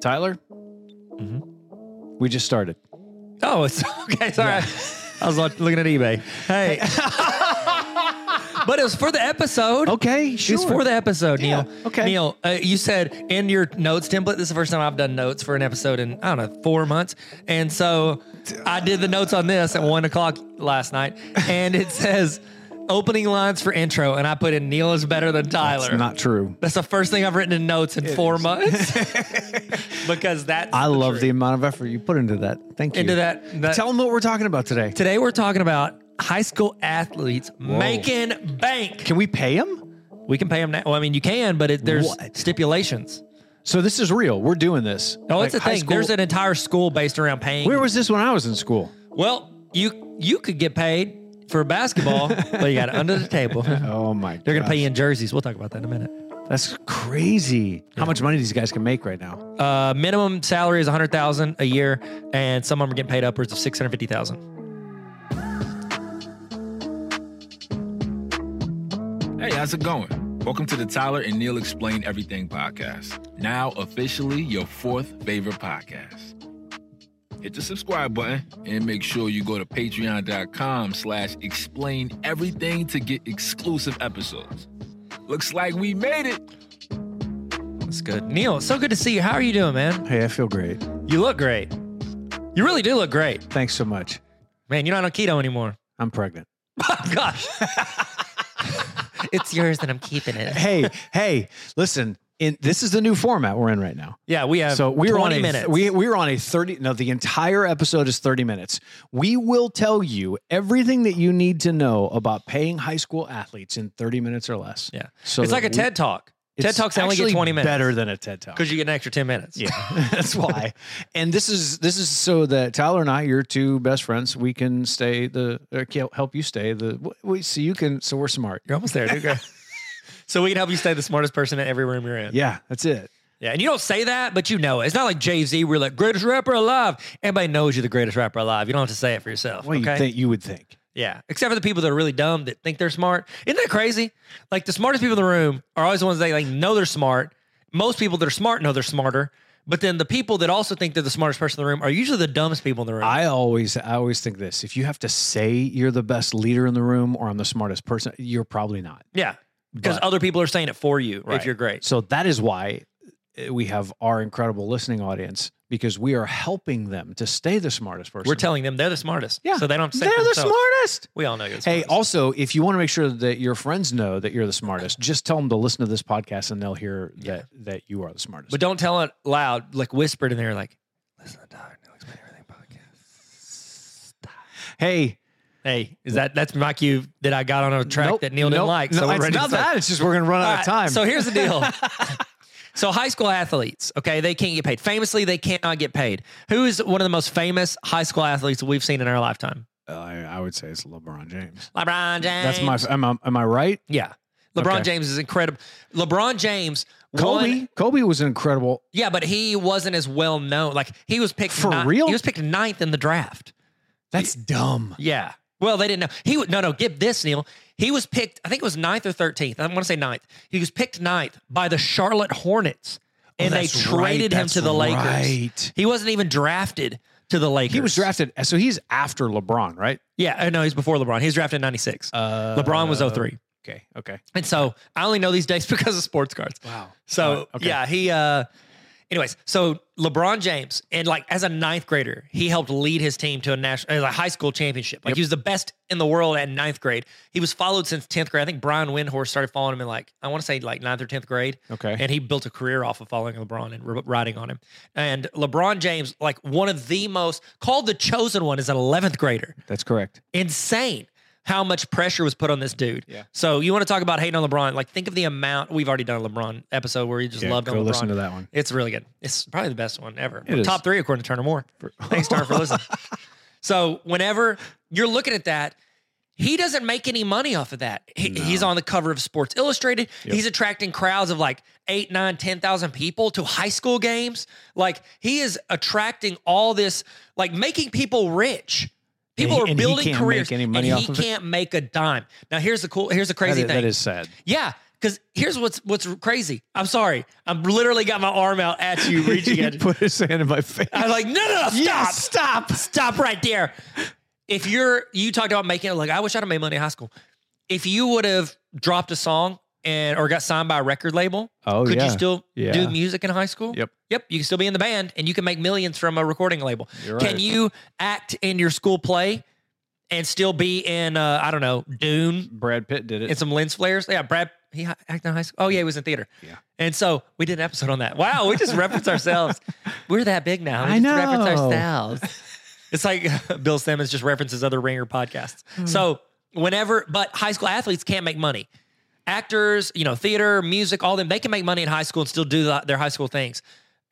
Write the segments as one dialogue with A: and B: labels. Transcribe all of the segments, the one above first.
A: Tyler, Mm-hmm. we just started.
B: Oh, it's okay. Sorry. I was like, looking at eBay. Hey. but it was for the episode.
A: Okay,
B: It was
A: sure.
B: for the episode, Neil.
A: Yeah, okay.
B: Neil, uh, you said in your notes template, this is the first time I've done notes for an episode in, I don't know, four months. And so I did the notes on this at one o'clock last night. And it says opening lines for intro. And I put in Neil is better than Tyler.
A: It's not true.
B: That's the first thing I've written in notes in four months. because that's.
A: I love
B: truth.
A: the amount of effort you put into that. Thank you.
B: Into that- that-
A: Tell them what we're talking about today.
B: Today we're talking about high school athletes making bank.
A: Can we pay them?
B: We can pay them now. Well, I mean, you can, but it, there's
A: What?
B: stipulations.
A: So this is real. We're doing this.
B: Oh,
A: Like
B: it's a
A: high
B: thing.
A: school-
B: There's an entire school based around paying.
A: Where was this when I was in school?
B: well, you you could get paid for basketball, but you got it under the table. They're
A: Oh my!
B: going to pay you in jerseys. We'll talk about that in a minute.
A: That's crazy. How much money these guys can make right now?
B: Uh, minimum salary is 100000 a year, and some of them are getting paid upwards of 650000
C: Hey, how's it going? Welcome to the Tyler and Neil Explain Everything podcast. Now, officially your fourth favorite podcast. Hit the subscribe button and make sure you go to patreon.com slash explain everything to get exclusive episodes. Looks like we made it.
B: That's good. Neil, it's so good to see you. How are you doing, man?
A: Hey, I feel great.
B: You look great. You really do look great.
A: Thanks so much.
B: Man, you're not on keto anymore.
A: I'm pregnant.
B: Gosh. it's yours and I'm keeping it.
A: Hey, hey, listen. In, this is the new format we're in right now.
B: Yeah, we have
A: So we're
B: 20
A: on a
B: minutes.
A: we we're on a thirty. No, the entire episode is thirty minutes. We will tell you everything that you need to know about paying high school athletes in thirty minutes or less.
B: yeah.
A: So
B: it's
A: that
B: like a
A: we-
B: TED Talk. TED
A: It's
B: Talks only get
A: actually
B: 20 minutes.
A: Better than a TED Talk.
B: Because you get an extra 10 minutes.
A: Yeah, that's why. And this is this is so that Tyler and I, your two best friends, we can stay the or can help you stay the. We so you can so we're smart.
B: You're almost there, dude. Go. so we can help you stay the smartest person in every room you're in.
A: Yeah, that's it.
B: Yeah, And you don't say that, but you know it. It's not like Jay Z, we're like, greatest rapper alive. Everybody knows you're the greatest rapper alive. You don't have to say it for yourself.
A: Well,
B: okay?
A: you think you would think.
B: Yeah. Except for the people that are really dumb that think they're smart. Isn't that crazy? Like the smartest people in the room are always the ones that like know they're smart. Most people that are smart know they're smarter. But then the people that also think they're the smartest person in the room are usually the dumbest people in the room.
A: I always I always think this. If you have to say you're the best leader in the room or I'm the smartest person, you're probably not.
B: yeah. Because
A: But-
B: other people are saying it for you if
A: Right.
B: you're great.
A: So that is why uh, we have our incredible listening audience because we are helping them to stay the smartest person.
B: We're telling them they're the smartest.
A: yeah,
B: So they don't have to say
A: they're
B: it for
A: the
B: themselves.
A: smartest.
B: We all know you're the
A: Hey,
B: smartest.
A: also, if you want to make sure that your friends know that you're the smartest, just tell them to listen to this podcast and they'll hear that that you are the smartest.
B: But don't tell it loud, like whispered in there, like, listen to Tyler Neal Explain Everything podcast.
A: hey,
B: Hey, is that that's my cue that I got on a track
A: nope,
B: that Neil didn't
A: nope,
B: like?
A: No,
B: we're
A: it's
B: ready to
A: not
B: start.
A: that. It's just we're going to run out of
B: All right,
A: time.
B: So here's the deal. so high school athletes, okay, they can't get paid. Famously, they cannot get paid. Who is one of the most famous high school athletes we've seen in our lifetime?
A: I, Uh, I would say it's LeBron James.
B: LeBron James.
A: That's my. Am I, am I right?
B: yeah. LeBron
A: Okay.
B: James is incredible. LeBron James.
A: Kobe.
B: won-
A: Kobe was incredible.
B: yeah, but he wasn't as well known. Like he was picked
A: For
B: ni-
A: real?
B: He was picked ninth in the draft.
A: That's dumb.
B: Yeah. Well, they didn't know. He would no no. Get this, Neil. He was picked. I think it was ninth or thirteenth. I want to say ninth. He was picked ninth by the Charlotte Hornets, and they
A: Oh, that's
B: traded
A: right,
B: him to
A: that's
B: the Lakers.
A: right.
B: He wasn't even drafted to the Lakers.
A: He was drafted. So he's after LeBron, right?
B: Yeah, uh, no, he's before LeBron. He was drafted in '96.
A: Uh,
B: LeBron was 03.
A: Okay. Okay.
B: and so I only know these dates because of sports cards.
A: Wow.
B: So
A: Oh, Okay.
B: yeah, he. uh Anyways, so LeBron James, and like as a ninth grader, he helped lead his team to a national, a high school championship. Like he was the best in the world at ninth grade. He was followed since tenth grade. I think Brian Windhorst started following him in like I want to say like ninth or tenth grade.
A: Okay.
B: and he built a career off of following LeBron and r- riding on him. And LeBron James, like one of the most called the chosen one, is an eleventh grader
A: That's correct.
B: insane how much pressure was put on this dude.
A: Yeah.
B: So you want to talk about hating on LeBron? Like, think of the amount we've already done a LeBron episode where you just
A: Yeah,
B: loved
A: go
B: on LeBron.
A: listen to that one.
B: It's really good. It's probably the best one ever.
A: It is.
B: Top three according to Turner Moore. Thanks, Turner, for listening. So whenever you're looking at that, he doesn't make any money off of that. He, He's on the cover of Sports Illustrated. He's attracting crowds of like eight, nine, ten thousand people to high school games. Like he is attracting all this, like making people rich. People
A: he-
B: are
A: and he
B: building
A: can't
B: careers,
A: make any money
B: and
A: off
B: he
A: of it?
B: can't make a dime. Now here's the cool, here's the crazy
A: that,
B: thing.
A: that is sad.
B: Yeah, Because here's what's what's crazy. I'm sorry. I'm literally got my arm out at you, reaching at
A: He put his hand in my face.
B: I'm like, no, no, no, stop,
A: Yes,
B: stop, stop right there. If you're, you talked about making it like, I wish I'd have made money in high school. If you would have dropped a song and or got signed by a record label,
A: Oh,
B: could
A: yeah.
B: you still
A: Yeah.
B: do music in high school?
A: Yep.
B: Yep. You can still be in the band and you can make millions from a recording label.
A: You're
B: Can
A: right.
B: you act in your school play and still be in, uh, I don't know, Dune
A: Brad Pitt did it.
B: and some lens flares. Yeah, Brad, he hi- acted in high school. Oh, yeah, he was in theater.
A: Yeah.
B: And so we did an episode on that. Wow, we just reference ourselves. We're that big now. We
A: I
B: just reference
A: know.
B: ourselves. It's like Bill Simmons just references other Ringer podcasts.
A: Hmm.
B: So whenever, but high school athletes can't make money. Actors, you know, theater, music, all them, they can make money in high school and still do the, their high school things.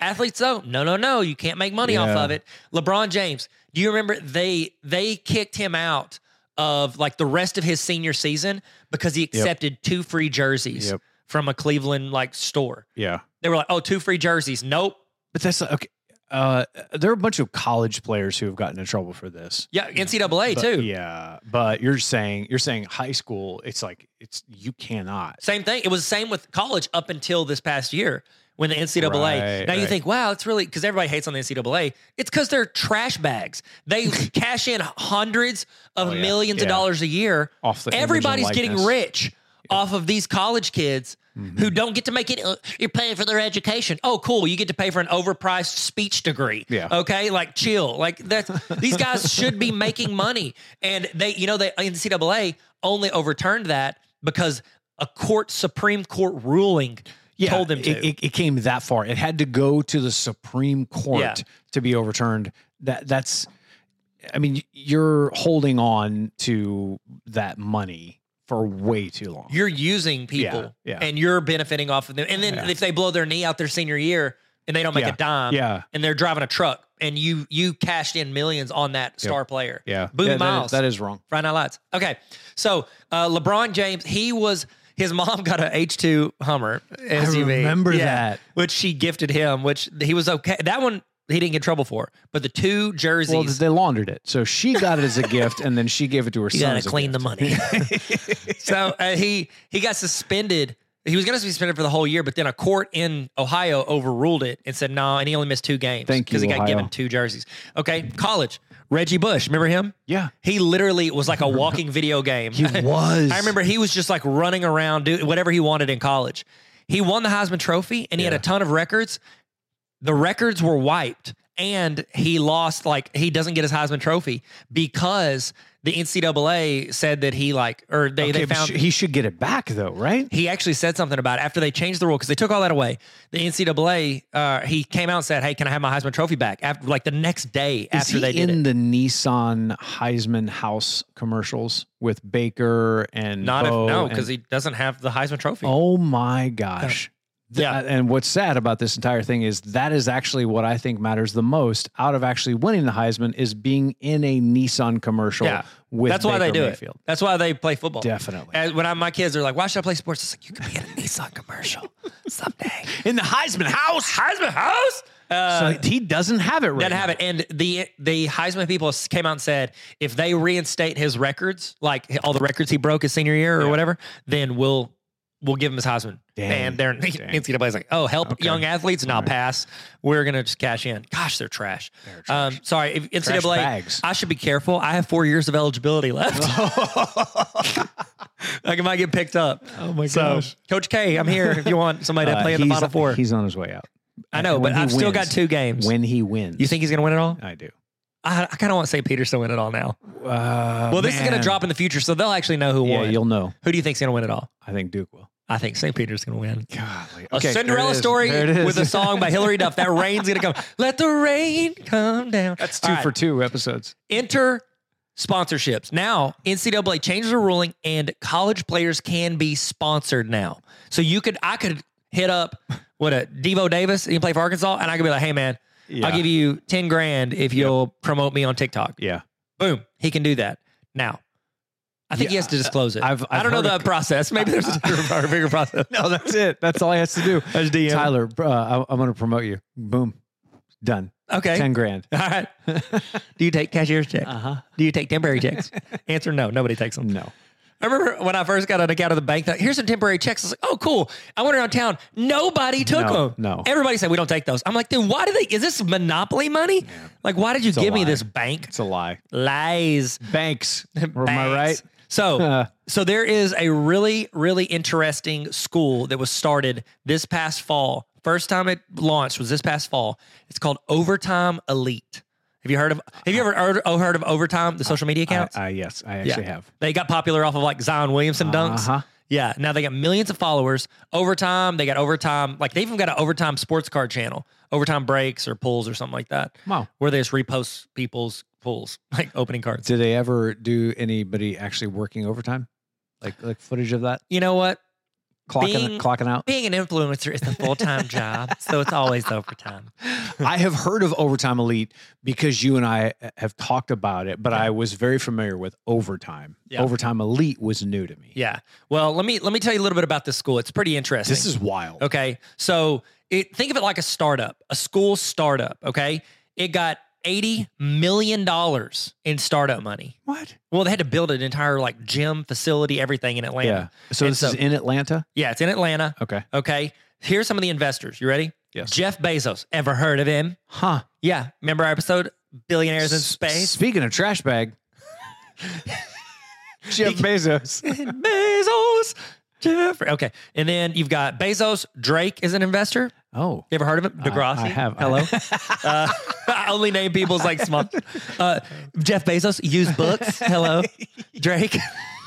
B: Athletes, though, no, no, no, you can't make money off
A: Yeah.
B: of it. LeBron James, do you remember they they kicked him out of like the rest of his senior season because he accepted two free jerseys
A: Yep.
B: from a Cleveland like store.
A: yeah.
B: They were like, "Oh, two free jerseys." Nope.
A: But that's okay. Uh, there are a bunch of college players who have gotten in trouble for this.
B: Yeah, NCAA
A: But-
B: too.
A: Yeah, but you're saying you're saying high school. It's like it's you cannot.
B: Same thing. It was the same with college up until this past year when the NCAA.
A: Right,
B: now you
A: right.
B: think, wow, it's really because everybody hates on the NCAA. It's because they're trash bags. They cash in hundreds of
A: Oh, yeah.
B: millions of
A: Yeah.
B: dollars a year.
A: Off the image and
B: Everybody's getting
A: likeness.
B: rich off of these college kids who don't get to make it. You're paying for their education. Oh, cool. You get to pay for an overpriced speech degree.
A: Yeah.
B: Okay. Like chill. Like that's these guys should be making money, and they, you know, the NCAA only overturned that because a court, Supreme Court ruling, told them to.
A: It, it, it came that far. It had to go to the Supreme Court
B: Yeah.
A: to be overturned. That that's, I mean, you're holding on to that money for way too long.
B: you're using people,
A: yeah.
B: and you're benefiting off of them. And then
A: Yeah.
B: if they blow their knee out their senior year and they don't make
A: Yeah.
B: a dime,
A: yeah,
B: and they're driving a truck, and you you cashed in millions on that star player.
A: yeah.
B: Boom
A: Yeah, that is-
B: Miles.
A: that is wrong.
B: Friday Night Lights. Okay, so uh, LeBron James, he was his mom got a H two Hummer SUV.
A: remember that.
B: which she gifted him, which he was okay. That one he didn't get trouble for, but the two jerseys.
A: Well, they laundered it, so she got it as a gift, and then she gave it to her
B: you
A: son.
B: gotta
A: as a
B: clean the
A: gift.
B: money. so uh, he he got suspended. He was going to be suspended for the whole year, but then a court in Ohio overruled it and said no, and he only missed two games
A: Thank you,
B: because he got
A: Ohio.
B: given two jerseys. Okay, college. Reggie Bush, remember him?
A: Yeah,
B: He literally was like a walking video game.
A: he was.
B: I remember he was just like running around doing whatever he wanted in college. He won the Heisman Trophy and he had
A: Yeah.
B: a ton of records. The records were wiped and he lost like he doesn't get his Heisman Trophy because the NCAA said that he like or they,
A: Okay,
B: they
A: but
B: found
A: sh- he should get it back though, right?
B: he actually said something about it after they changed the rule because they took all that away. The NCAA uh, he came out and said, "Hey, can I have my Heisman Trophy back?" After like the next day
A: Is
B: after
A: he
B: they did
A: in the
B: it.
A: Nissan Heisman House commercials with Baker and
B: Not if
A: Bo
B: no
A: and-
B: because he doesn't have the Heisman Trophy.
A: Oh my gosh.
B: Uh, Yeah.
A: That- and what's sad about this entire thing is that is actually what I think matters the most out of actually winning the Heisman is being in a Nissan commercial
B: Yeah.
A: with
B: That's why they
A: Baker
B: do
A: Mayfield.
B: it. That's why they play football.
A: Definitely.
B: As when I, my kids are like, why should I play sports? It's like, you could be in a Nissan commercial someday.
A: In the Heisman House.
B: Heisman House? Uh,
A: So he doesn't have it right.
B: doesn't have
A: now.
B: it. And the the Heisman people s- came out and said, if they reinstate his records, like h- all the records he broke his senior year or whatever, then we'll we'll give him his Heisman.
A: Dang.
B: And they're
A: Dang.
B: NCAA's like, oh, help
A: Okay.
B: young athletes, not
A: All right.
B: pass. We're gonna just cash in. Gosh, they're trash.
A: They're
B: Um, sorry, if NCAA.
A: bags.
B: I should be careful. I have four years of eligibility left. like, I might get picked up.
A: Oh my
B: So, Coach K, I'm here if you want somebody to
A: Uh,
B: play in the
A: he's-
B: Final Four.
A: He's on his way out.
B: I know,
A: And
B: but
A: when he
B: I've still got
A: wins-
B: two games.
A: When he wins.
B: you think he's going to win it all?
A: I do.
B: I, I kind of want St. Peter's to win it all now.
A: Uh,
B: Well, this is going
A: man.
B: to drop in the future, so they'll actually know who
A: Yeah,
B: won.
A: you'll know.
B: Who do you think's going to win it all?
A: I think Duke will.
B: I think St. Peter's going to win.
A: Golly.
B: A
A: Okay, there it
B: Cinderella
A: is.
B: story
A: There it is.
B: with a song by Hillary Duff. That rain's going to come. Let the rain come down.
A: That's two
B: All right.
A: for two episodes.
B: Enter sponsorships. Now, NCAA changed the ruling and college players can be sponsored now. So you could, I could hit up what a Devo Davis, he play for Arkansas, and I could be like, hey man,
A: Yeah.
B: I'll give you 10 grand if you'll promote me on TikTok.
A: Yeah.
B: Boom. He can do that. Now, I think
A: Yeah,
B: he has to disclose it.
A: I've-
B: I
A: I've
B: do not know
A: heard
B: the process. Maybe there's a bigger, bigger process.
A: No, that's it. That's all he has to do.
B: That's DM.
A: Tyler, uh, I, I'm going to promote you. Boom. Done.
B: Okay. Uh-huh.
A: 10 grand.
B: All right. Do you take cashier's check?
A: huh.
B: Do you take temporary checks? Answer no. Nobody takes them.
A: No.
B: I remember when I first got an account of the bank, like, here's some temporary checks. I was like, oh, cool. I went around town. Nobody took
A: No,
B: them.
A: no.
B: Everybody said, we don't take those. I'm like, then why do they, is this monopoly money? Like, why did you
A: a
B: give me
A: lie.
B: this bank?
A: It's a lie.
B: Lies.
A: Banks. Am I
B: Banks.
A: right?
B: So, so there is a really, really interesting school that was started this past fall. First time it launched was this past fall. It's called Overtime Elite. Have you heard of? Have you ever heard, oh, heard of Overtime, the social media
A: I,
B: accounts?
A: I, Uh, yes, I actually have.
B: They got popular off of like Zion Williamson dunks.
A: Uh-huh.
B: Yeah. Now they got millions of followers. Overtime, they got overtime. Like they even got an overtime sports card channel, overtime breaks or pulls or something like that,
A: Wow.
B: where they just repost people's pulls, like opening cards.
A: Did they ever do anybody actually working overtime? Like like footage of that
B: You know what?
A: clocking
B: Being-
A: clocking out?
B: Being an influencer is a full time job, so it's always overtime.
A: I have heard of Overtime Elite because you and I uh, have talked about it, but I was very familiar with Overtime.
B: Yeah.
A: Overtime Elite was new to me.
B: Yeah. Well, let me let me tell you a little bit about this school. It's pretty interesting.
A: This is wild.
B: Okay. So it, think of it like a startup, a school startup. Okay. It got $80 million in startup money.
A: What?
B: Well, they had to build an entire like gym facility, everything in Atlanta.
A: Yeah. So
B: And
A: this is
B: so-
A: in Atlanta?
B: Yeah, it's in Atlanta.
A: Okay.
B: Okay. Here's some of the investors. You ready?
A: Yes.
B: Jeff Bezos. Ever heard of him?
A: Huh.
B: Yeah. Remember our episode, Billionaires in
A: S-
B: Space?
A: Speaking of trash bag, Jeff Bezos.
B: Bezos. Jeff. Okay. And then you've got Bezos. Drake is an investor.
A: Oh.
B: You ever heard of him? Degrassi.
A: I have.
B: Hello. uh, I only name people's like small. Uh, Jeff Bezos used books. Hello. Drake.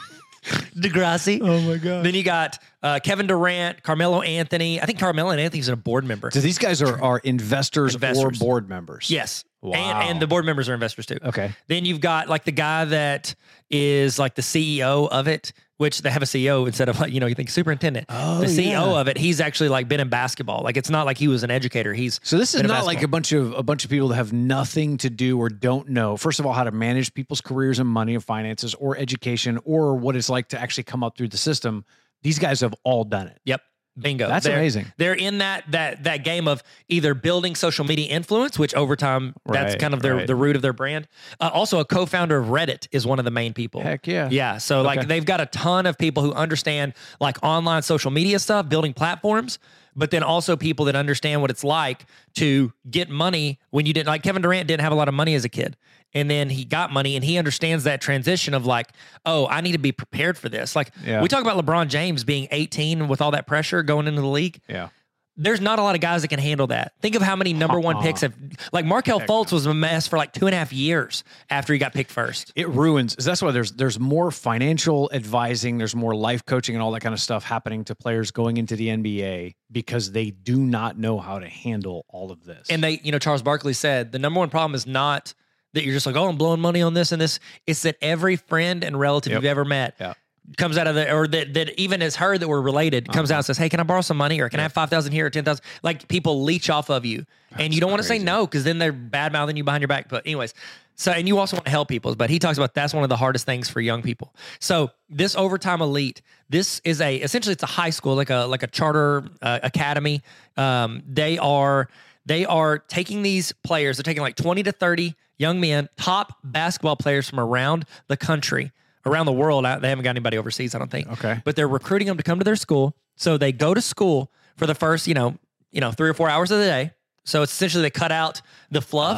B: Degrassi.
A: Oh my God.
B: Then you got uh, Kevin Durant, Carmelo Anthony. I think Carmelo Anthony's a board member.
A: So these guys are, are investors, or
B: Investors.
A: board members.
B: yes.
A: Wow.
B: And, and the board members are investors too.
A: Okay.
B: Then you've got like the guy that is like the CEO of it, which they have a CEO instead of like, you know, you think superintendent.
A: Oh,
B: the CEO
A: yeah.
B: of it, he's actually like been in basketball. Like it's not like he was an educator. He's
A: So this is
B: Bit of
A: not like a
B: basketball.
A: bunch of a bunch of people that have nothing to do or don't know. First of all, how to manage people's careers and money and finances or education or what it's like to actually come up through the system. These guys have all done it.
B: Yep. Bingo.
A: That's
B: they're,
A: amazing.
B: They're in that that that game of either building social media influence, which over time that's
A: Right,
B: kind of their
A: right.
B: the root of their brand. Uh, also, a co-founder of Reddit is one of the main people.
A: Heck yeah.
B: Yeah. So
A: Okay.
B: like they've got a ton of people who understand like online social media stuff, building platforms, but then also people that understand what it's like to get money when you didn't like Kevin Durant didn't have a lot of money as a kid. And then he got money and he understands that transition of like, oh, I need to be prepared for this. Like
A: Yeah.
B: we talk about LeBron James being 18 with all that pressure going into the league.
A: Yeah.
B: There's not a lot of guys that can handle that. Think of how many number
A: Uh-uh.
B: one picks have like Markel Fultz was a mess for like two and a half years after he got picked first.
A: It ruins. That's why there's there's more financial advising, there's more life coaching and all that kind of stuff happening to players going into the NBA because they do not know how to handle all of this.
B: And they, you know, Charles Barkley said the number one problem is not that you're just like, oh, I'm blowing money on this and this. It's that every friend and relative
A: Yep.
B: you've ever met
A: Yeah.
B: comes out of the, or that, that even is her that we're related comes out and says, hey, can I borrow some money or can I have 5,000 here or 10,000? Like people leech off of you and you don't want to say
A: crazy.
B: no because then they're bad mouthing you behind your back. But, anyways, so, and you also want to help people, but he talks about that's one of the hardest things for young people. So, this overtime elite, this is a essentially it's a high school, like a like a charter uh, academy. Um, they are they are taking these players, they're taking like 20 to 30 young men, top basketball players from around the country, around the world. I, they haven't got anybody overseas, I don't think.
A: Okay.
B: But they're recruiting them to come to their school. So they go to school for the first, you know, you know, three or four hours of the day. So it's essentially they cut out the fluff.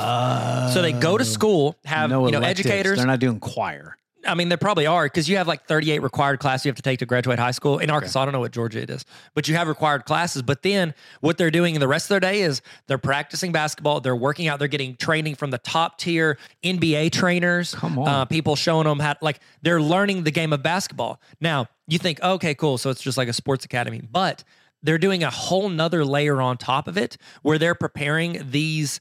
B: so they go to school, have
A: Uh, Oh. no
B: um, you know
A: electives.
B: educators.
A: They're not doing choir.
B: I mean, there probably are because you have like 38 required classes you have to take to graduate high school. In Arkansas, I don't know what Georgia it is, but you have required classes. But then what they're doing in the rest of their day is they're practicing basketball, they're working out, they're getting training from the top tier NBA trainers.
A: Come on.
B: Uh, people showing them how, like, they're learning the game of basketball. Now, you think, okay, cool. So it's just like a sports academy. But they're doing a whole nother layer on top of it where they're preparing these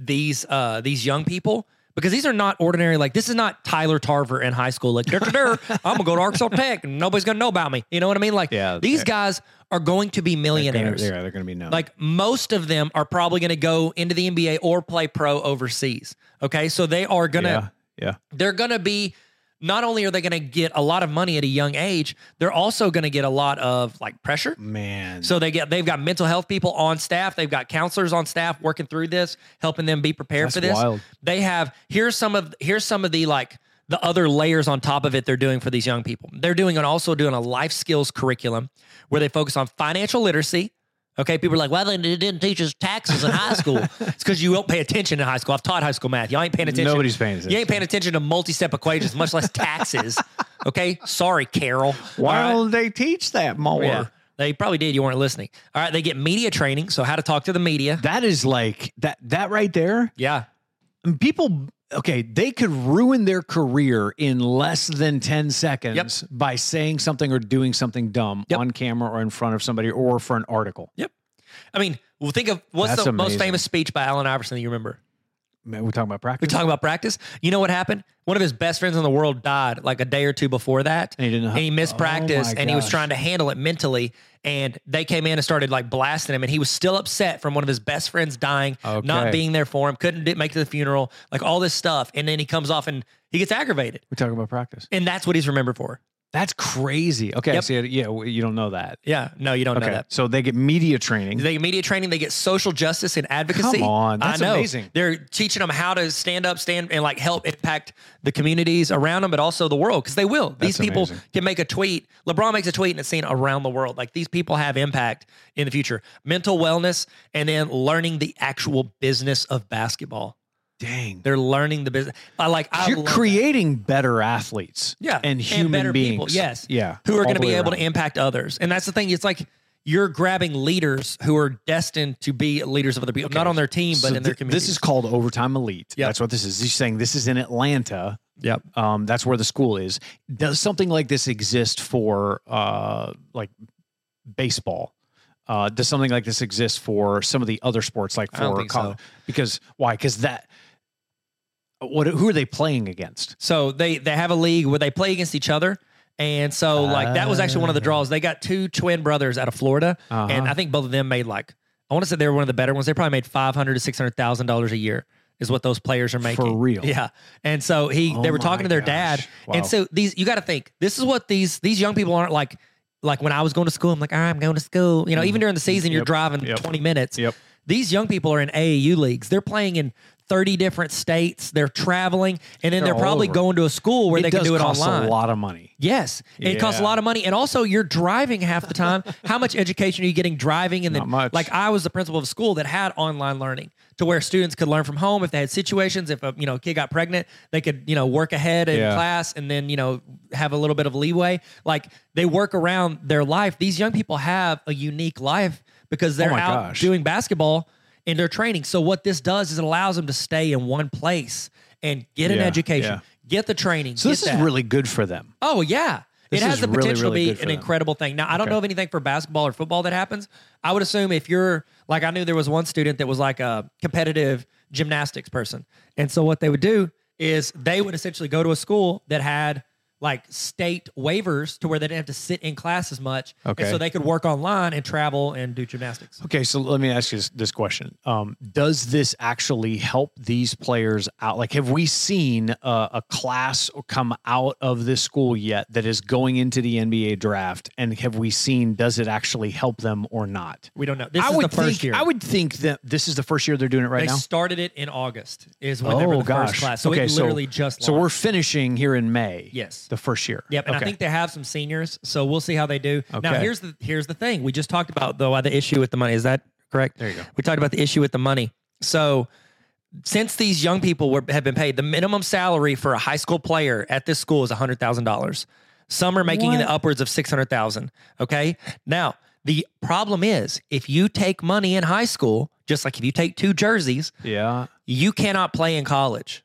B: these uh these young people because these are not ordinary like this is not Tyler Tarver in high school like "Dur, dur, dur, I'm going to go to Arkansas Tech and nobody's going to know about me. You know what I mean? Like
A: Yeah,
B: these
A: okay.
B: guys are going to be
A: They're,
B: millionaires.
A: they're, they're going to be known.
B: Like most of them are probably going to go into the NBA or play pro overseas. Okay? So they are going to
A: yeah. Yeah.
B: they're going to be not only are they going to get a lot of money at a young age, they're also going to get a lot of like pressure.
A: Man.
B: So they get they've got mental health people on staff, they've got counselors on staff working through this, helping them be prepared
A: That's
B: for this.
A: wild.
B: They have here's some of here's some of the like the other layers on top of it they're doing for these young people. They're doing and also doing a life skills curriculum where they focus on financial literacy. Okay, people are like, well, they didn't teach us taxes in high school. it's because you don't pay attention in high school. I've taught high school math. Y'all ain't paying attention.
A: Nobody's paying attention.
B: You ain't paying attention to multi-step equations, much less taxes. okay, sorry, Carol. All
A: Why
B: right?
A: don't they teach that more?
B: Yeah. They probably did. You weren't listening. All right. They get media training. So, how to talk to the media.
A: That is like that that right there.
B: Yeah.
A: And people okay, they could ruin their career in less than 10 seconds by saying something or doing something dumb
B: Yep.
A: on camera or in front of somebody or for an article.
B: Yep. I mean, well, think of what's
A: That's
B: the most
A: amazing.
B: famous speech by Allen Iverson that you remember?
A: Man, we're talking about
B: We
A: practice.
B: talk about practice. You know what happened? One of his best friends in the world died like a day or two before that.
A: And he didn't know how-
B: And he missed
A: Oh
B: practice
A: my
B: and he was
A: gosh.
B: trying to handle it mentally. And they came in and started like blasting him. And he was still upset from one of his best friends dying,
A: Okay.
B: not being there for him, couldn't di- make it to the funeral, like all this stuff. And then he comes off and he gets aggravated.
A: we talk about practice.
B: And that's what he's remembered for.
A: That's crazy. Okay,
B: Yep.
A: so yeah, w- you don't know that.
B: Yeah. No, you don't know
A: Okay,
B: that.
A: so they get media training.
B: They get media training. They get social justice and advocacy.
A: Come on, that's amazing.
B: They're teaching them how to stand up, stand, and like help impact the communities around them, but also the world because they will. these
A: That's
B: people
A: amazing.
B: can make a tweet. LeBron makes a tweet and it's seen around the world. Like these people have impact in the future. Mental wellness and then learning the actual business of basketball.
A: Dang,
B: They're learning the business. I like. I
A: you're
B: love that.
A: creating better athletes.
B: Yeah,
A: and human
B: better
A: beings.
B: people, yes,
A: yeah,
B: who are
A: all
B: going
A: the
B: to be
A: way
B: able
A: around.
B: to impact others, and that's the thing. It's like you're grabbing leaders who are destined to be leaders of other people, not on their team, but
A: So
B: in their
A: th-
B: community.
A: This is called overtime elite.
B: Yep.
A: That's what this is. He's saying this is in Atlanta.
B: Yep.
A: Um, that's where the school is. Does something like this exist for uh, like baseball? Uh, does something like this exist for some of the other sports, like
B: I don't
A: for
B: think so.
A: college? Because why? Because that. What? Who are they playing against?
B: So they they have a league where they play against each other. And so like that was actually one of
A: Ah.
B: the draws. They got two twin brothers out of Florida. And
A: Uh-huh.
B: I think both of them made like I want to say they were one of the better ones. They probably made five hundred to six hundred thousand dollars a year is what those players are making.
A: real?
B: Yeah. And so he they
A: Oh
B: were talking
A: my
B: to their
A: gosh.
B: dad.
A: Wow.
B: And so these you gotta think, this is what these these young people aren't like like when I was going to school, I'm like, all right, I'm going to school. You know, even during the season, you're
A: Mm-hmm. Yep.
B: driving
A: Yep.
B: 20 minutes.
A: Yep.
B: These young people are in AAU leagues. They're playing in 30 different states. They're traveling, and then
A: They're
B: they're,
A: all
B: probably
A: over.
B: going to a school where
A: it
B: they
A: does
B: can do it
A: cost
B: online.
A: a lot of money.
B: Yes, and it costs a
A: Yeah.
B: lot of money, and also you're driving half the time. How much education are you getting driving? And then,
A: Not much.
B: like I was the principal of a school that had online learning, to where students could learn from home if they had situations. If a you know a kid got pregnant, they could you know work ahead in
A: Yeah.
B: class, and then you know have a little bit of leeway. Like they work around their life. These young people have a unique life because they're
A: Oh my
B: out
A: gosh.
B: doing basketball and they're training. So what this does is it allows them to stay in one place and get an
A: Yeah,
B: education,
A: yeah.
B: get the training.
A: So this
B: get
A: is
B: that.
A: really good for them.
B: Oh yeah.
A: This
B: it has
A: is
B: the
A: really,
B: potential
A: really
B: to
A: good
B: be
A: for
B: an
A: them.
B: incredible thing. Now, I don't
A: Okay.
B: know of anything for basketball or football that happens. I would assume if you're like I knew there was one student that was like a competitive gymnastics person. And so what they would do is they would essentially go to a school that had like state waivers to where they didn't have to sit in class as much.
A: Okay.
B: And so they could work online and travel and do gymnastics.
A: Okay, so let me ask you this, this question: um, Does this actually help these players out? Like, have we seen uh, a class come out of this school yet that is going into the NBA draft? And have we seen does it actually help them or not?
B: We don't know. This
A: I
B: is
A: would
B: the first
A: think,
B: year.
A: I would think that this is the first year they're doing it right
B: they
A: now. Oh,
B: started it in August is when they were the first class. So it literally just
A: so
B: launched.
A: we're finishing here in May.
B: Yes.
A: the first year.
B: Yep, and I
A: Okay.
B: think they have some seniors, so we'll see how they do. Now
A: Okay.
B: here's the here's the thing. We just talked about though the issue with the money. Is that correct?
A: There you go.
B: We talked about the issue with the money. So since these young people were, have been paid, the minimum salary for a high school player at this school is hundred thousand dollars. Some are making in the upwards of six hundred thousand. Okay. Now the problem is if you take money in high school, just like if you take two jerseys,
A: yeah.
B: you cannot play in college.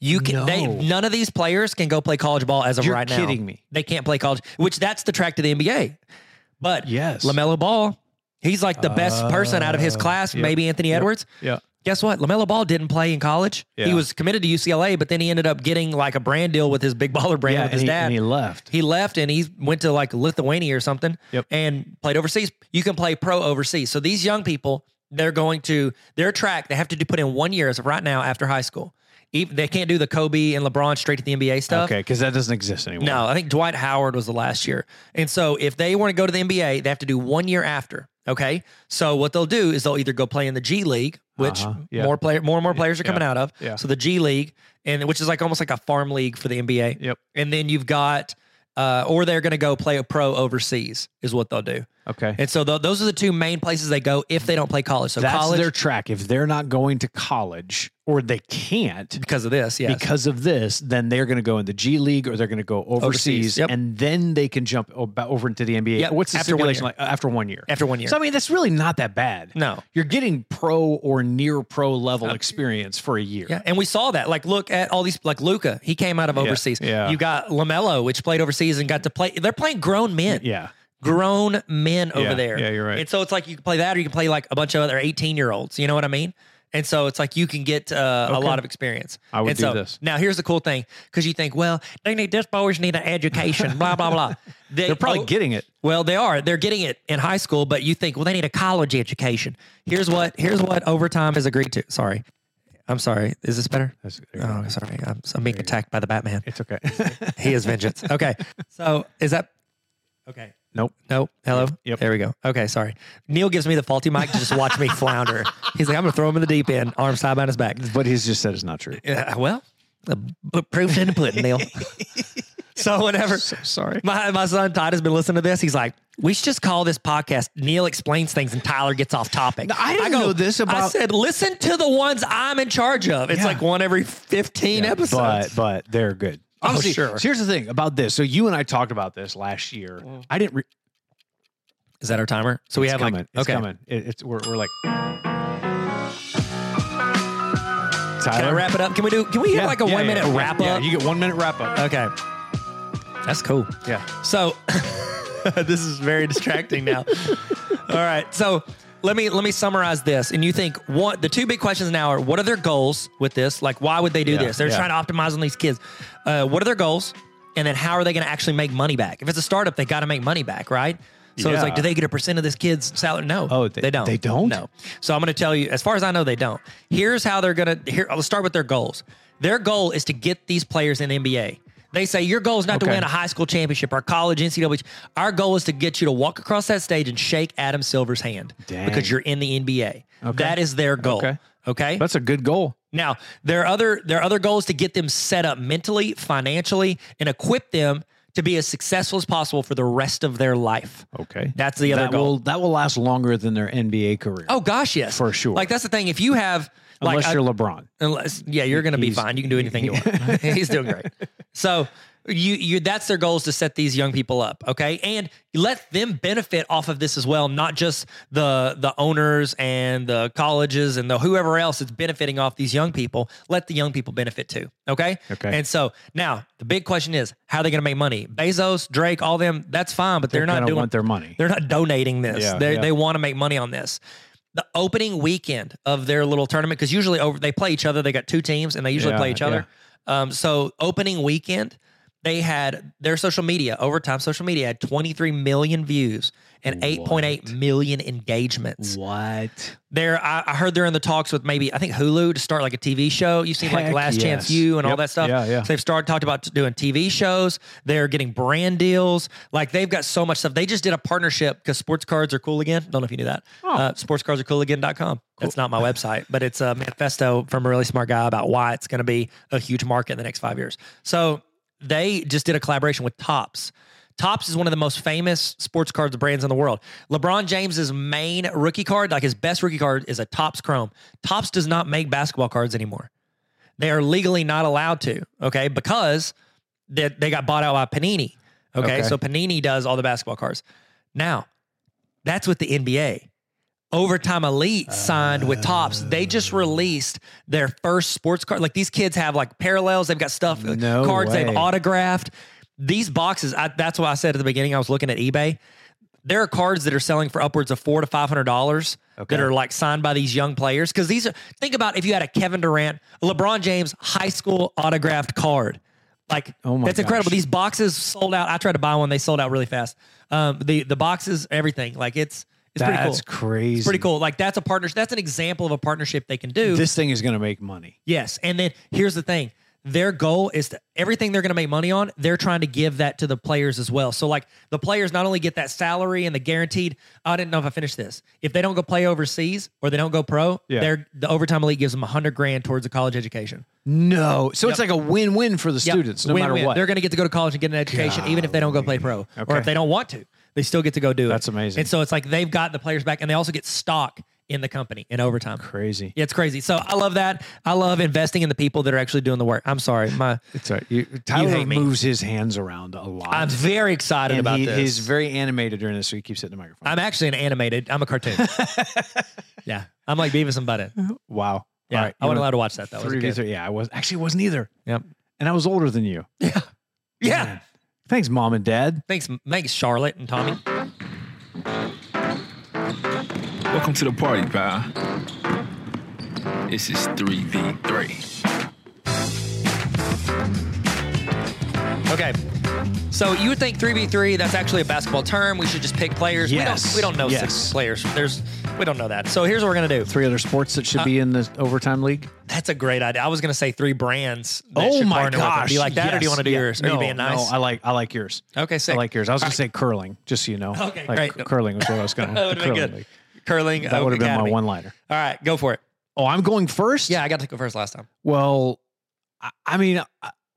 B: You can they,
A: No.
B: none of these players can go play college ball as of
A: You're
B: right now.
A: kidding me.
B: They can't play college, which that's the track to the NBA. But
A: Yes.
B: LaMelo Ball, he's like the best person out of his
A: Uh,
B: class,
A: yep,
B: maybe Anthony Edwards.
A: Yeah.
B: Guess what? LaMelo Ball didn't play in college.
A: Yeah.
B: He was committed to UCLA, but then he ended up getting like a brand deal with his big baller brand
A: Yeah.
B: with
A: And
B: his
A: he,
B: dad.
A: and he left.
B: He left and he went to like Lithuania or something
A: Yep.
B: and played overseas. You can play pro overseas. So these young people, they're going to their track, they have to do, put in one year as of right now after high school. Even, they can't do the Kobe and LeBron straight to the NBA stuff.
A: okay, because that doesn't exist anymore.
B: No, I think Dwight Howard was the last year. And so if they want to go to the NBA, they have to do one year after. Okay. So what they'll do is they'll either go play in the G League which
A: Uh-huh. Yeah.
B: more player, more and more players are
A: Yeah.
B: coming out of.
A: Yeah.
B: So the G League, and which is like almost like a farm league for the NBA.
A: Yep.
B: And then you've got, uh, or they're going to go play a pro overseas is what they'll do.
A: Okay.
B: And so th- those are the two main places they go if they don't play college. So
A: That's
B: college
A: their track. If they're not going to college or they can't
B: because of this, yes.
A: because of this, then they're going to go in the G League or they're going to go overseas,
B: Overseas, yep.
A: and then they can jump o- ba- over into the NBA.
B: Yep,
A: What's the
B: after one
A: stipulation
B: year.
A: like uh, after one year?
B: after one year.
A: So I mean, that's really not that bad.
B: no.
A: You're getting pro or near pro level experience for a year.
B: Yeah, and we saw that. Like, look at all these. Like Luca, he came out of overseas.
A: yeah.
B: You got Lamelo, which played overseas and got to play. They're playing grown men,
A: Yeah.
B: grown men over
A: Yeah,
B: there.
A: yeah, you're right.
B: And so it's like you can play that, or you can play like a bunch of other 18 year olds. You know what I mean? And so it's like you can get uh, a
A: Okay.
B: lot of experience.
A: I would
B: and
A: do
B: so,
A: this.
B: Now here's the cool thing, because you think, well, they need this boys need an education, blah blah blah. They,
A: They're probably
B: oh,
A: getting it.
B: well, they are. They're getting it in high school, but you think, well, they need a college education. Here's what here's what overtime has agreed to. Sorry. I'm sorry. Is this better?
A: That's,
B: Oh, sorry. I'm, I'm being attacked by the Batman.
A: It's okay.
B: He is vengeance. Okay. So is that okay?
A: nope.
B: No. Hello.
A: Yep.
B: There we go. Okay. Sorry. Neil gives me the faulty mic to just watch me flounder. He's like, I'm gonna throw him in the deep end, arms tied behind his back.
A: But he's just said it's not true.
B: Yeah. Well, the b- proof's in the pudding, Neil. so whenever
A: So sorry.
B: my, my son Todd has been listening to this. He's like, we should just call this podcast Neil Explains Things and Tyler Gets Off Topic.
A: No, I didn't know this
B: I
A: about-
B: said, listen to the ones I'm in charge of. It's
A: Yeah.
B: like one every 15
A: But
B: episodes.
A: but they're good.
B: Oh,
A: Honestly,
B: sure.
A: so Here's the thing about this. So you and I talked about this last year.
B: Mm.
A: I didn't. Re-
B: Is that our timer? So we
A: it's
B: have
A: coming.
B: like,
A: it's
B: okay.
A: coming. It, it's we're, we're like.
B: Can I
A: Tyler?
B: wrap it up? Can we do, can we have like a
A: yeah,
B: one minute
A: yeah,
B: wrap
A: yeah,
B: up?
A: Yeah, you get one minute wrap up.
B: okay. That's cool.
A: Yeah.
B: So this is very distracting now. All right. So let me let me summarize this. And you think what the two big questions now are what are their goals with this? Like why would they do
A: Yeah,
B: this? They're
A: yeah.
B: trying to optimize on these kids. Uh, what are their goals? And then how are they going to actually make money back? If it's a startup, they got to make money back, right? So it's like,
A: Yeah.
B: do they get a percent of this kid's salary? No.
A: Oh, they-
B: don't.
A: they don't?
B: No. So I'm going to tell you, as far as I know, they don't. Here's how they're going to. Here, I'll start with their goals. Their goal is to get these players in the NBA. They say your goal is not to
A: Okay.
B: win a high school championship or college NCAA. Our goal is to get you to walk across that stage and shake Adam Silver's hand
A: Dang.
B: because you're in the NBA.
A: Okay.
B: That is their goal.
A: Okay.
B: okay?
A: That's a good goal.
B: Now, there are other there are other goals to get them set up mentally, financially, and equip them to be as successful as possible for the rest of their life.
A: Okay.
B: That's the other
A: Oh. that
B: goal.
A: will that will last longer than their NBA career.
B: oh gosh, yes.
A: For sure.
B: Like that's the thing. If you have like
A: unless
B: a-
A: you're LeBron.
B: Unless, yeah, you're going to be
A: He's-
B: fine. You can do anything you want. He's doing great. So you, you, that's their goal is to set these young people up, okay, and let them benefit off of this as well, not just the the owners and the colleges and the whoever else is benefiting off these young people. Let the young people benefit too, okay?
A: Okay.
B: And so now the big question is, how are they going to make money? Bezos, Drake, all them, that's fine, but they're,
A: They
B: not
A: kinda
B: doing
A: want their money.
B: they're not donating this.
A: Yeah,
B: they
A: yeah.
B: they want to make money on this. The opening weekend of their little tournament, because usually over they play each other. They got two teams, and they usually
A: Yeah,
B: play each other. Um, so opening weekend, they had their social media overtime. Social media had 23 million views and 8.8 million engagements.
A: What?
B: There, I, I heard they're in the talks with maybe I think Hulu to start like a TV show. You've seen like
A: Heck
B: Last Chance
A: yes.
B: You and all
A: Yep.
B: that stuff.
A: Yeah, yeah.
B: So they've started talked about doing TV shows. They're getting brand deals. Like they've got so much stuff. They just did a partnership because sports cards are cool again. Don't know if you knew that. Uh, sportscardsarecoolagain.com. That's not my website, but it's a manifesto from a really smart guy about why it's going to be a huge market in the next five years. So they just did a collaboration with Tops. Tops is one of the most famous sports cards brands in the world. LeBron James's main rookie card, like his best rookie card, is a Tops Chrome. Tops does not make basketball cards anymore they are legally not allowed to. Okay, because they, they got bought out by Panini. Okay?
A: Okay.
B: so Panini does all the basketball cards. Now, that's with the NBA. Overtime Elite signed with Tops. They just released their first sports card. Like these kids have like parallels. They've got stuff like,
A: No
B: cards
A: way.
B: they've autographed. These boxes. I, that's why I said at the beginning I was looking at eBay. There are cards that are selling for upwards of four to five hundred dollars
A: Okay.
B: that are like signed by these young players. Because these are think about if you had a Kevin Durant, LeBron James high school autographed card. Like
A: Oh my
B: that's incredible.
A: gosh.
B: These boxes sold out. I tried to buy one, they sold out really fast. Um, the the boxes, everything. Like it's it's pretty cool.
A: That's crazy.
B: It's pretty cool. Like that's a partnership. That's an example of a partnership they can do.
A: This thing is going to make money.
B: yes, and then here's the thing. their goal is to, everything they're going to make money on, they're trying to give that to the players as well. So, like, the players not only get that salary and the guaranteed, I didn't know if I finished this. If they don't go play overseas or they don't go pro,
A: Yeah.
B: they're, the overtime elite gives them 100 grand towards a college education.
A: No. So it's like a win-win for the
B: Yep.
A: students, no matter
B: Win-win.
A: what.
B: They're going to get to go to college and get an education, even if they don't go play pro or
A: Okay.
B: if they don't want to, they still get to go do it.
A: That's amazing.
B: And so it's like they've got the players back, and they also get stock in the company in overtime.
A: crazy.
B: Yeah, it's crazy. So I love that. I love investing in the people that are actually doing the work. I'm sorry, my
A: It's all right. You, Tyler
B: hate me.
A: moves his hands around a lot.
B: I'm very excited
A: and
B: about
A: he-
B: this.
A: He's very animated during this, so he keeps hitting the microphone.
B: I'm actually an animated. I'm a cartoon. yeah, I'm like Beavis and Butthead.
A: wow.
B: Yeah,
A: Uh-huh. All right.
B: I wasn't allowed to watch that though. as a
A: three v
B: kid.
A: three. Yeah, I was actually wasn't either,
B: Yep.
A: and I was older than you.
B: Yeah.
A: Man. Thanks, mom and dad.
B: Thanks, thanks Charlotte and Tommy.
C: Welcome to the party, pal. This is 3v3.
B: Okay. So you would think 3v3, that's actually a basketball term. We should just pick players.
A: Yes.
B: We don't we don't know six
A: Yes.
B: players. There's we don't know that. So here's what we're gonna do.
A: Three other sports that should
B: Uh,
A: be in the overtime league.
B: That's a great idea. I was gonna say three brands. That
A: oh
B: should
A: my
B: partner with them.
A: gosh!
B: Do you like that or do
A: yes,
B: you want to do
A: yeah.
B: yours? Are
A: No,
B: you being nice?
A: No, I like I like yours.
B: okay, sick.
A: I like yours. I was gonna say curling, just so you know.
B: Okay,
A: like,
B: great.
A: cu- Curling was what I was gonna.
B: that would
A: the
B: have been
A: curling
B: good.
A: league.
B: Curling.
A: That would have been my one liner.
B: All right, go for it.
A: Oh, I'm going first.
B: Yeah, I got to go first last time.
A: Well, I, I mean, I-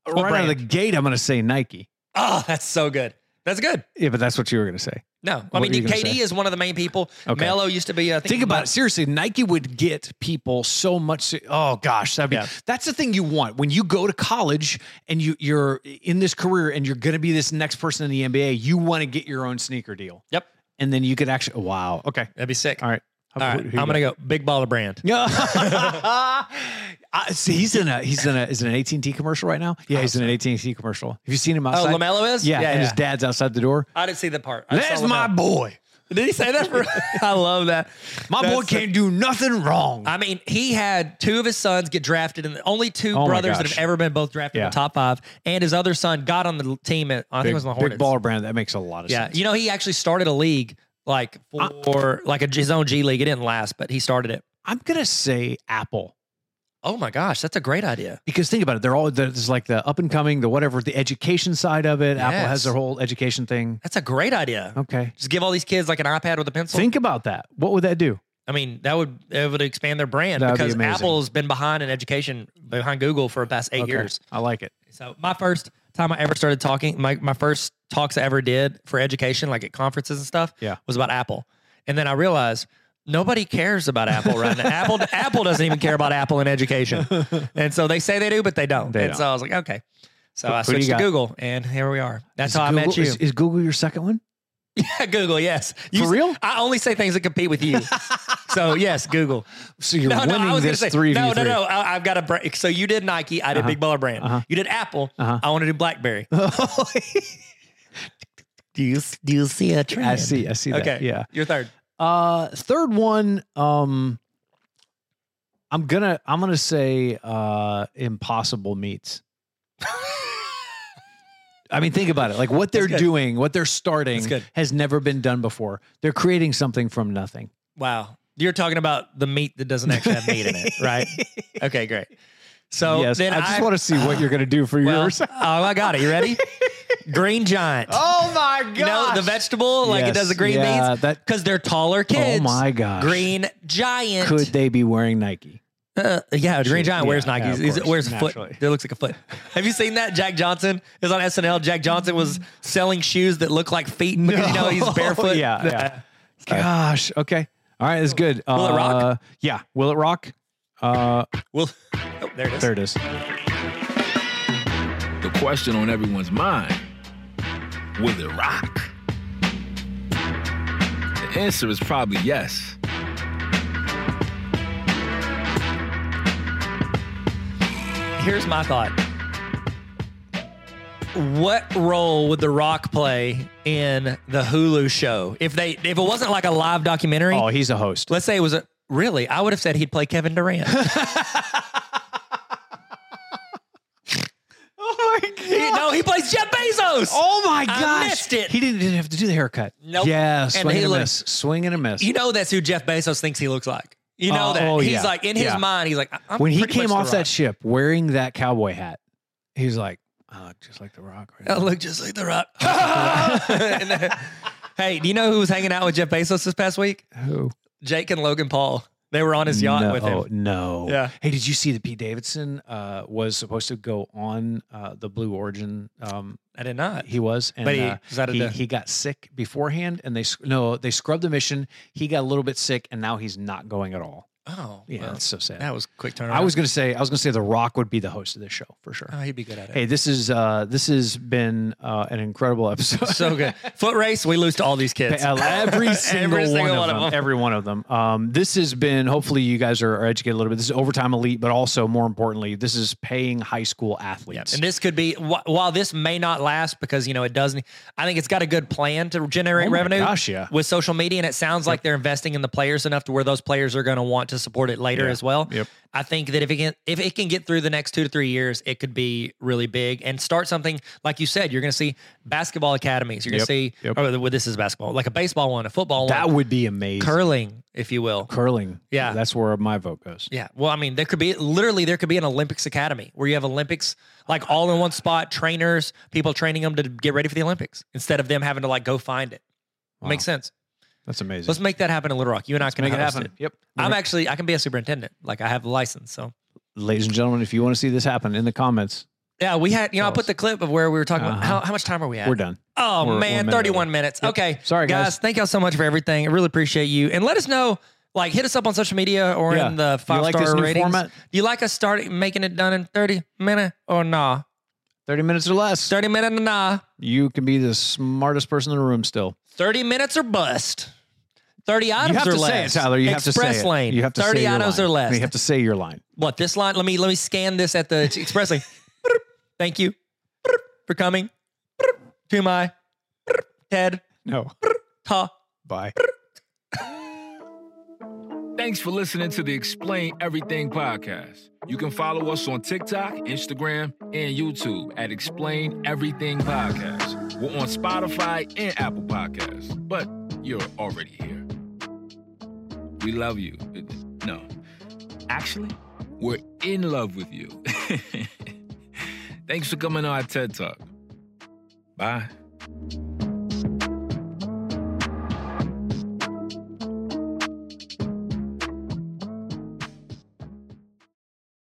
A: right out
B: brand?
A: of the gate, I'm gonna say Nike.
B: Oh, that's so good. That's good.
A: Yeah, but that's what you were gonna say.
B: No, I
A: What
B: mean
A: were you gonna
B: KD
A: say?
B: is one of the main people.
A: Okay.
B: Melo used to be. I think,
A: Think about it seriously. Nike would get people so much. se- Oh gosh, that'd be,
B: Yeah.
A: that's the thing you want when you go to college and you you're in this career and you're going to be this next person in the NBA. You want to get your own sneaker deal,
B: Yep,
A: and then you could actually. Wow. Okay.
B: that'd be sick.
A: All right.
B: All right, I'm gonna go big baller brand.
A: Yeah. so he's in a he's in a is it an AT and T commercial right now? Yeah, he's in an AT and T commercial. Have you seen him
B: Oh,
A: outside?
B: Lamelo is.
A: yeah, and his dad's outside the door.
B: I didn't see the part. I just
A: That's
B: saw
A: my
B: LaMelo.
A: boy.
B: Did he say that? For, I love that.
A: My boy
B: That's-
A: can't do nothing wrong.
B: I mean, he had two of his sons get drafted, and the only two
A: Oh my
B: brothers that
A: gosh.
B: have ever been both drafted in
A: Yeah.
B: the top five. And his other son got on the team. At, I think it was the Hornets.
A: Big baller brand. That makes a lot of
B: Yeah,
A: sense.
B: you know, he actually started a league like
A: Uh,
B: for like a, his own G League. It didn't last, but he started it.
A: I'm gonna say Apple
B: Oh my gosh, that's a great idea.
A: because think about it. They're all there's like the up and coming, the whatever, the education side of it. Apple
B: Yes.
A: has their whole education thing.
B: That's a great idea.
A: Okay,
B: Just give all these kids like an iPad with a pencil.
A: think about that. What would that do?
B: I mean, that would it would expand their brand
A: That'd be
B: because
A: amazing.
B: Apple's been behind in education, behind Google for the past eight
A: Okay.
B: years.
A: I like it.
B: So my first time I ever started talking, my my first talks I ever did for education, like at conferences and stuff,
A: Yeah.
B: was about Apple. And then I realized nobody cares about Apple right now. Apple Apple doesn't even care about Apple in education. And so they say they do, but they don't.
A: They
B: and so
A: don't.
B: I was like, okay. So
A: Who-
B: I
A: who do you
B: switched
A: got?
B: to Google, and here we are. That's
A: Is
B: how I
A: Google,
B: met you.
A: Is, is Google your second one?
B: yeah, Google. Yes, you,
A: For real?
B: I only say things that compete with you. so yes, Google.
A: So you're
B: No, no,
A: winning
B: I was gonna
A: this
B: say
A: three
B: no,
A: v
B: no,
A: three.
B: no. I, I've got a break. So you did Nike. I did Big Baller Brand.
A: Uh-huh.
B: You did Apple.
A: Uh-huh.
B: I want to do BlackBerry. do you do you see a trend?
A: I see. I see that.
B: Okay.
A: Yeah.
B: Your third.
A: Uh, third one. Um, I'm gonna I'm gonna say uh, Impossible Meats. I mean, think about it. Like what they're
B: good.
A: doing, what they're starting
B: That's good.
A: has never been done before. They're creating something from nothing.
B: Wow. You're talking about the meat that doesn't actually have meat in it, right? Okay, great. So
A: yes,
B: Oh, then
A: I just want to see what you're gonna do for
B: well,
A: yours.
B: Oh, I got it. You ready? Green Giant.
A: Oh my god!
B: you know the vegetable like it does the green
A: yeah,
B: beans
A: That
B: because they're taller kids.
A: oh my gosh!
B: Green Giant.
A: Could they be wearing Nike?
B: Uh, yeah, Green Giant wears
A: Yeah, yeah,
B: Nikes.
A: of
B: He's-
A: course,
B: wears a foot.
A: naturally.
B: It looks like a foot. Have you seen that? Jack Johnson is on SNL. Jack Johnson was selling shoes that look like feet because you know he's barefoot.
A: Oh, yeah, yeah. Gosh. Okay. All right. That's good. Will
B: it rock?
A: Yeah. Will it rock? Uh,
B: Well, oh, there it is.
A: there it is.
C: The question on everyone's mind will it rock? The answer is probably yes.
B: Here's my thought. What role would The Rock play in the Hulu show if they if it wasn't like a live documentary?
A: Oh, he's a host.
B: Let's say it was a really. I would have said he'd play Kevin Durant.
A: Oh my god.
B: He- no, he plays Jeff Bezos.
A: Oh my
B: I
A: gosh.
B: missed it.
A: He didn't, didn't have to do the haircut.
B: Nope.
A: Yeah.
B: And
A: Swing and,
B: he
A: a
B: looked-
A: miss. Swing and a miss.
B: You know that's who Jeff Bezos thinks he looks like. You know
A: Oh,
B: that
A: oh,
B: he's
A: yeah.
B: like in his
A: Yeah.
B: mind. He's like, I- I'm
A: when he
B: pretty
A: came
B: much The
A: off that
B: Rock.
A: ship wearing that cowboy hat, He's like, I look just like The Rock. Right
B: I look just like The Rock. And then- hey, do you know who was hanging out with Jeff Bezos this past week?
A: Who?
B: Jake and Logan Paul. They were on his yacht
A: no, Oh.
B: with him.
A: No.
B: Yeah.
A: Hey, did you see that Pete Davidson uh, was supposed to go on uh, the Blue Origin? Um,
B: I did not.
A: he was, and
B: But he
A: uh,
B: was out of
A: he,
B: the-
A: he got sick beforehand, and they s- no, they scrubbed the mission. He got a little bit sick, and now he's not going at all.
B: Oh,
A: Yeah,
B: well,
A: that's so sad.
B: that was quick turnaround.
A: I was gonna say, I was gonna say, The Rock would be the host of this show for sure.
B: Oh, he'd be good at it.
A: Hey, this is uh, this has been uh, an incredible episode.
B: so good. Foot race, we lose to all these kids.
A: Uh, Every single, one, of them, Every one of them. Um, this has been, hopefully, you guys are, are educated a little bit. This is Overtime Elite, but also, more importantly, this is paying high school athletes.
B: And this could be wh- while this may not last because you know it doesn't. I think it's got a good plan to generate
A: Oh my
B: revenue
A: gosh, yeah.
B: with social media, and it sounds like they're investing in the players enough to where those players are going to want to support it later
A: Yeah.
B: as well.
A: Yep.
B: I think that if it can if it can get through the next two to three years, it could be really big and start something like you said. You're going to see basketball academies. You're going
A: Yep.
B: to see
A: Yep.
B: oh, well, this is basketball, like a baseball one, a football
A: that
B: one,
A: would be amazing.
B: curling, if you will.
A: Curling.
B: Yeah.
A: That's where my vote goes.
B: Yeah. Well, I mean, there could be literally there could be an Olympics academy where you have Olympics like all in one spot, trainers, people training them to get ready for the Olympics instead of them having to like go find it.
A: Wow.
B: Makes sense.
A: That's amazing.
B: Let's make that happen in Little Rock. You and I can
A: make it
B: host
A: happen. Yep.
B: I'm actually I can be a superintendent. Like I have a license. So
A: Ladies and gentlemen, if you want to see this happen in the comments,
B: yeah, we had you know I put the clip of where we were talking about
A: Uh-huh.
B: how, how much time are we at?
A: we're done.
B: Oh
A: We're- we're a
B: man,
A: minute
B: 31 minutes.
A: Yep.
B: Okay.
A: Sorry, guys.
B: Thank y'all so much for everything. I really appreciate you. And let us know like hit us up on social media or
A: Yeah.
B: in the
A: You
B: five
A: like
B: star
A: this new
B: ratings.
A: format?
B: Do you like us starting making it done in 30 minutes or nah?
A: 30 minutes or less,
B: 30 minutes or nah.
A: you can be the smartest person in the room still.
B: 30 minutes or bust. 30 items
A: you have
B: or
A: to
B: less.
A: say it, Tyler. You
B: Express
A: have to say it.
B: lane.
A: You have to
B: 30
A: say your
B: items
A: line.
B: or less.
A: You have to say your line.
B: what this line? Let me let me scan this at the express lane. Brrp. Thank you Brrp, for coming. Brrp, To my brrp, Ted.
A: No.
B: Ta.
A: Bye.
C: Thanks for listening to the Explain Everything podcast. You can follow us on TikTok, Instagram, and YouTube at Explain Everything Podcast. We're on Spotify and Apple Podcasts, but you're already here. We love you. No, actually, we're in love with you. Thanks for coming on our TED Talk. Bye.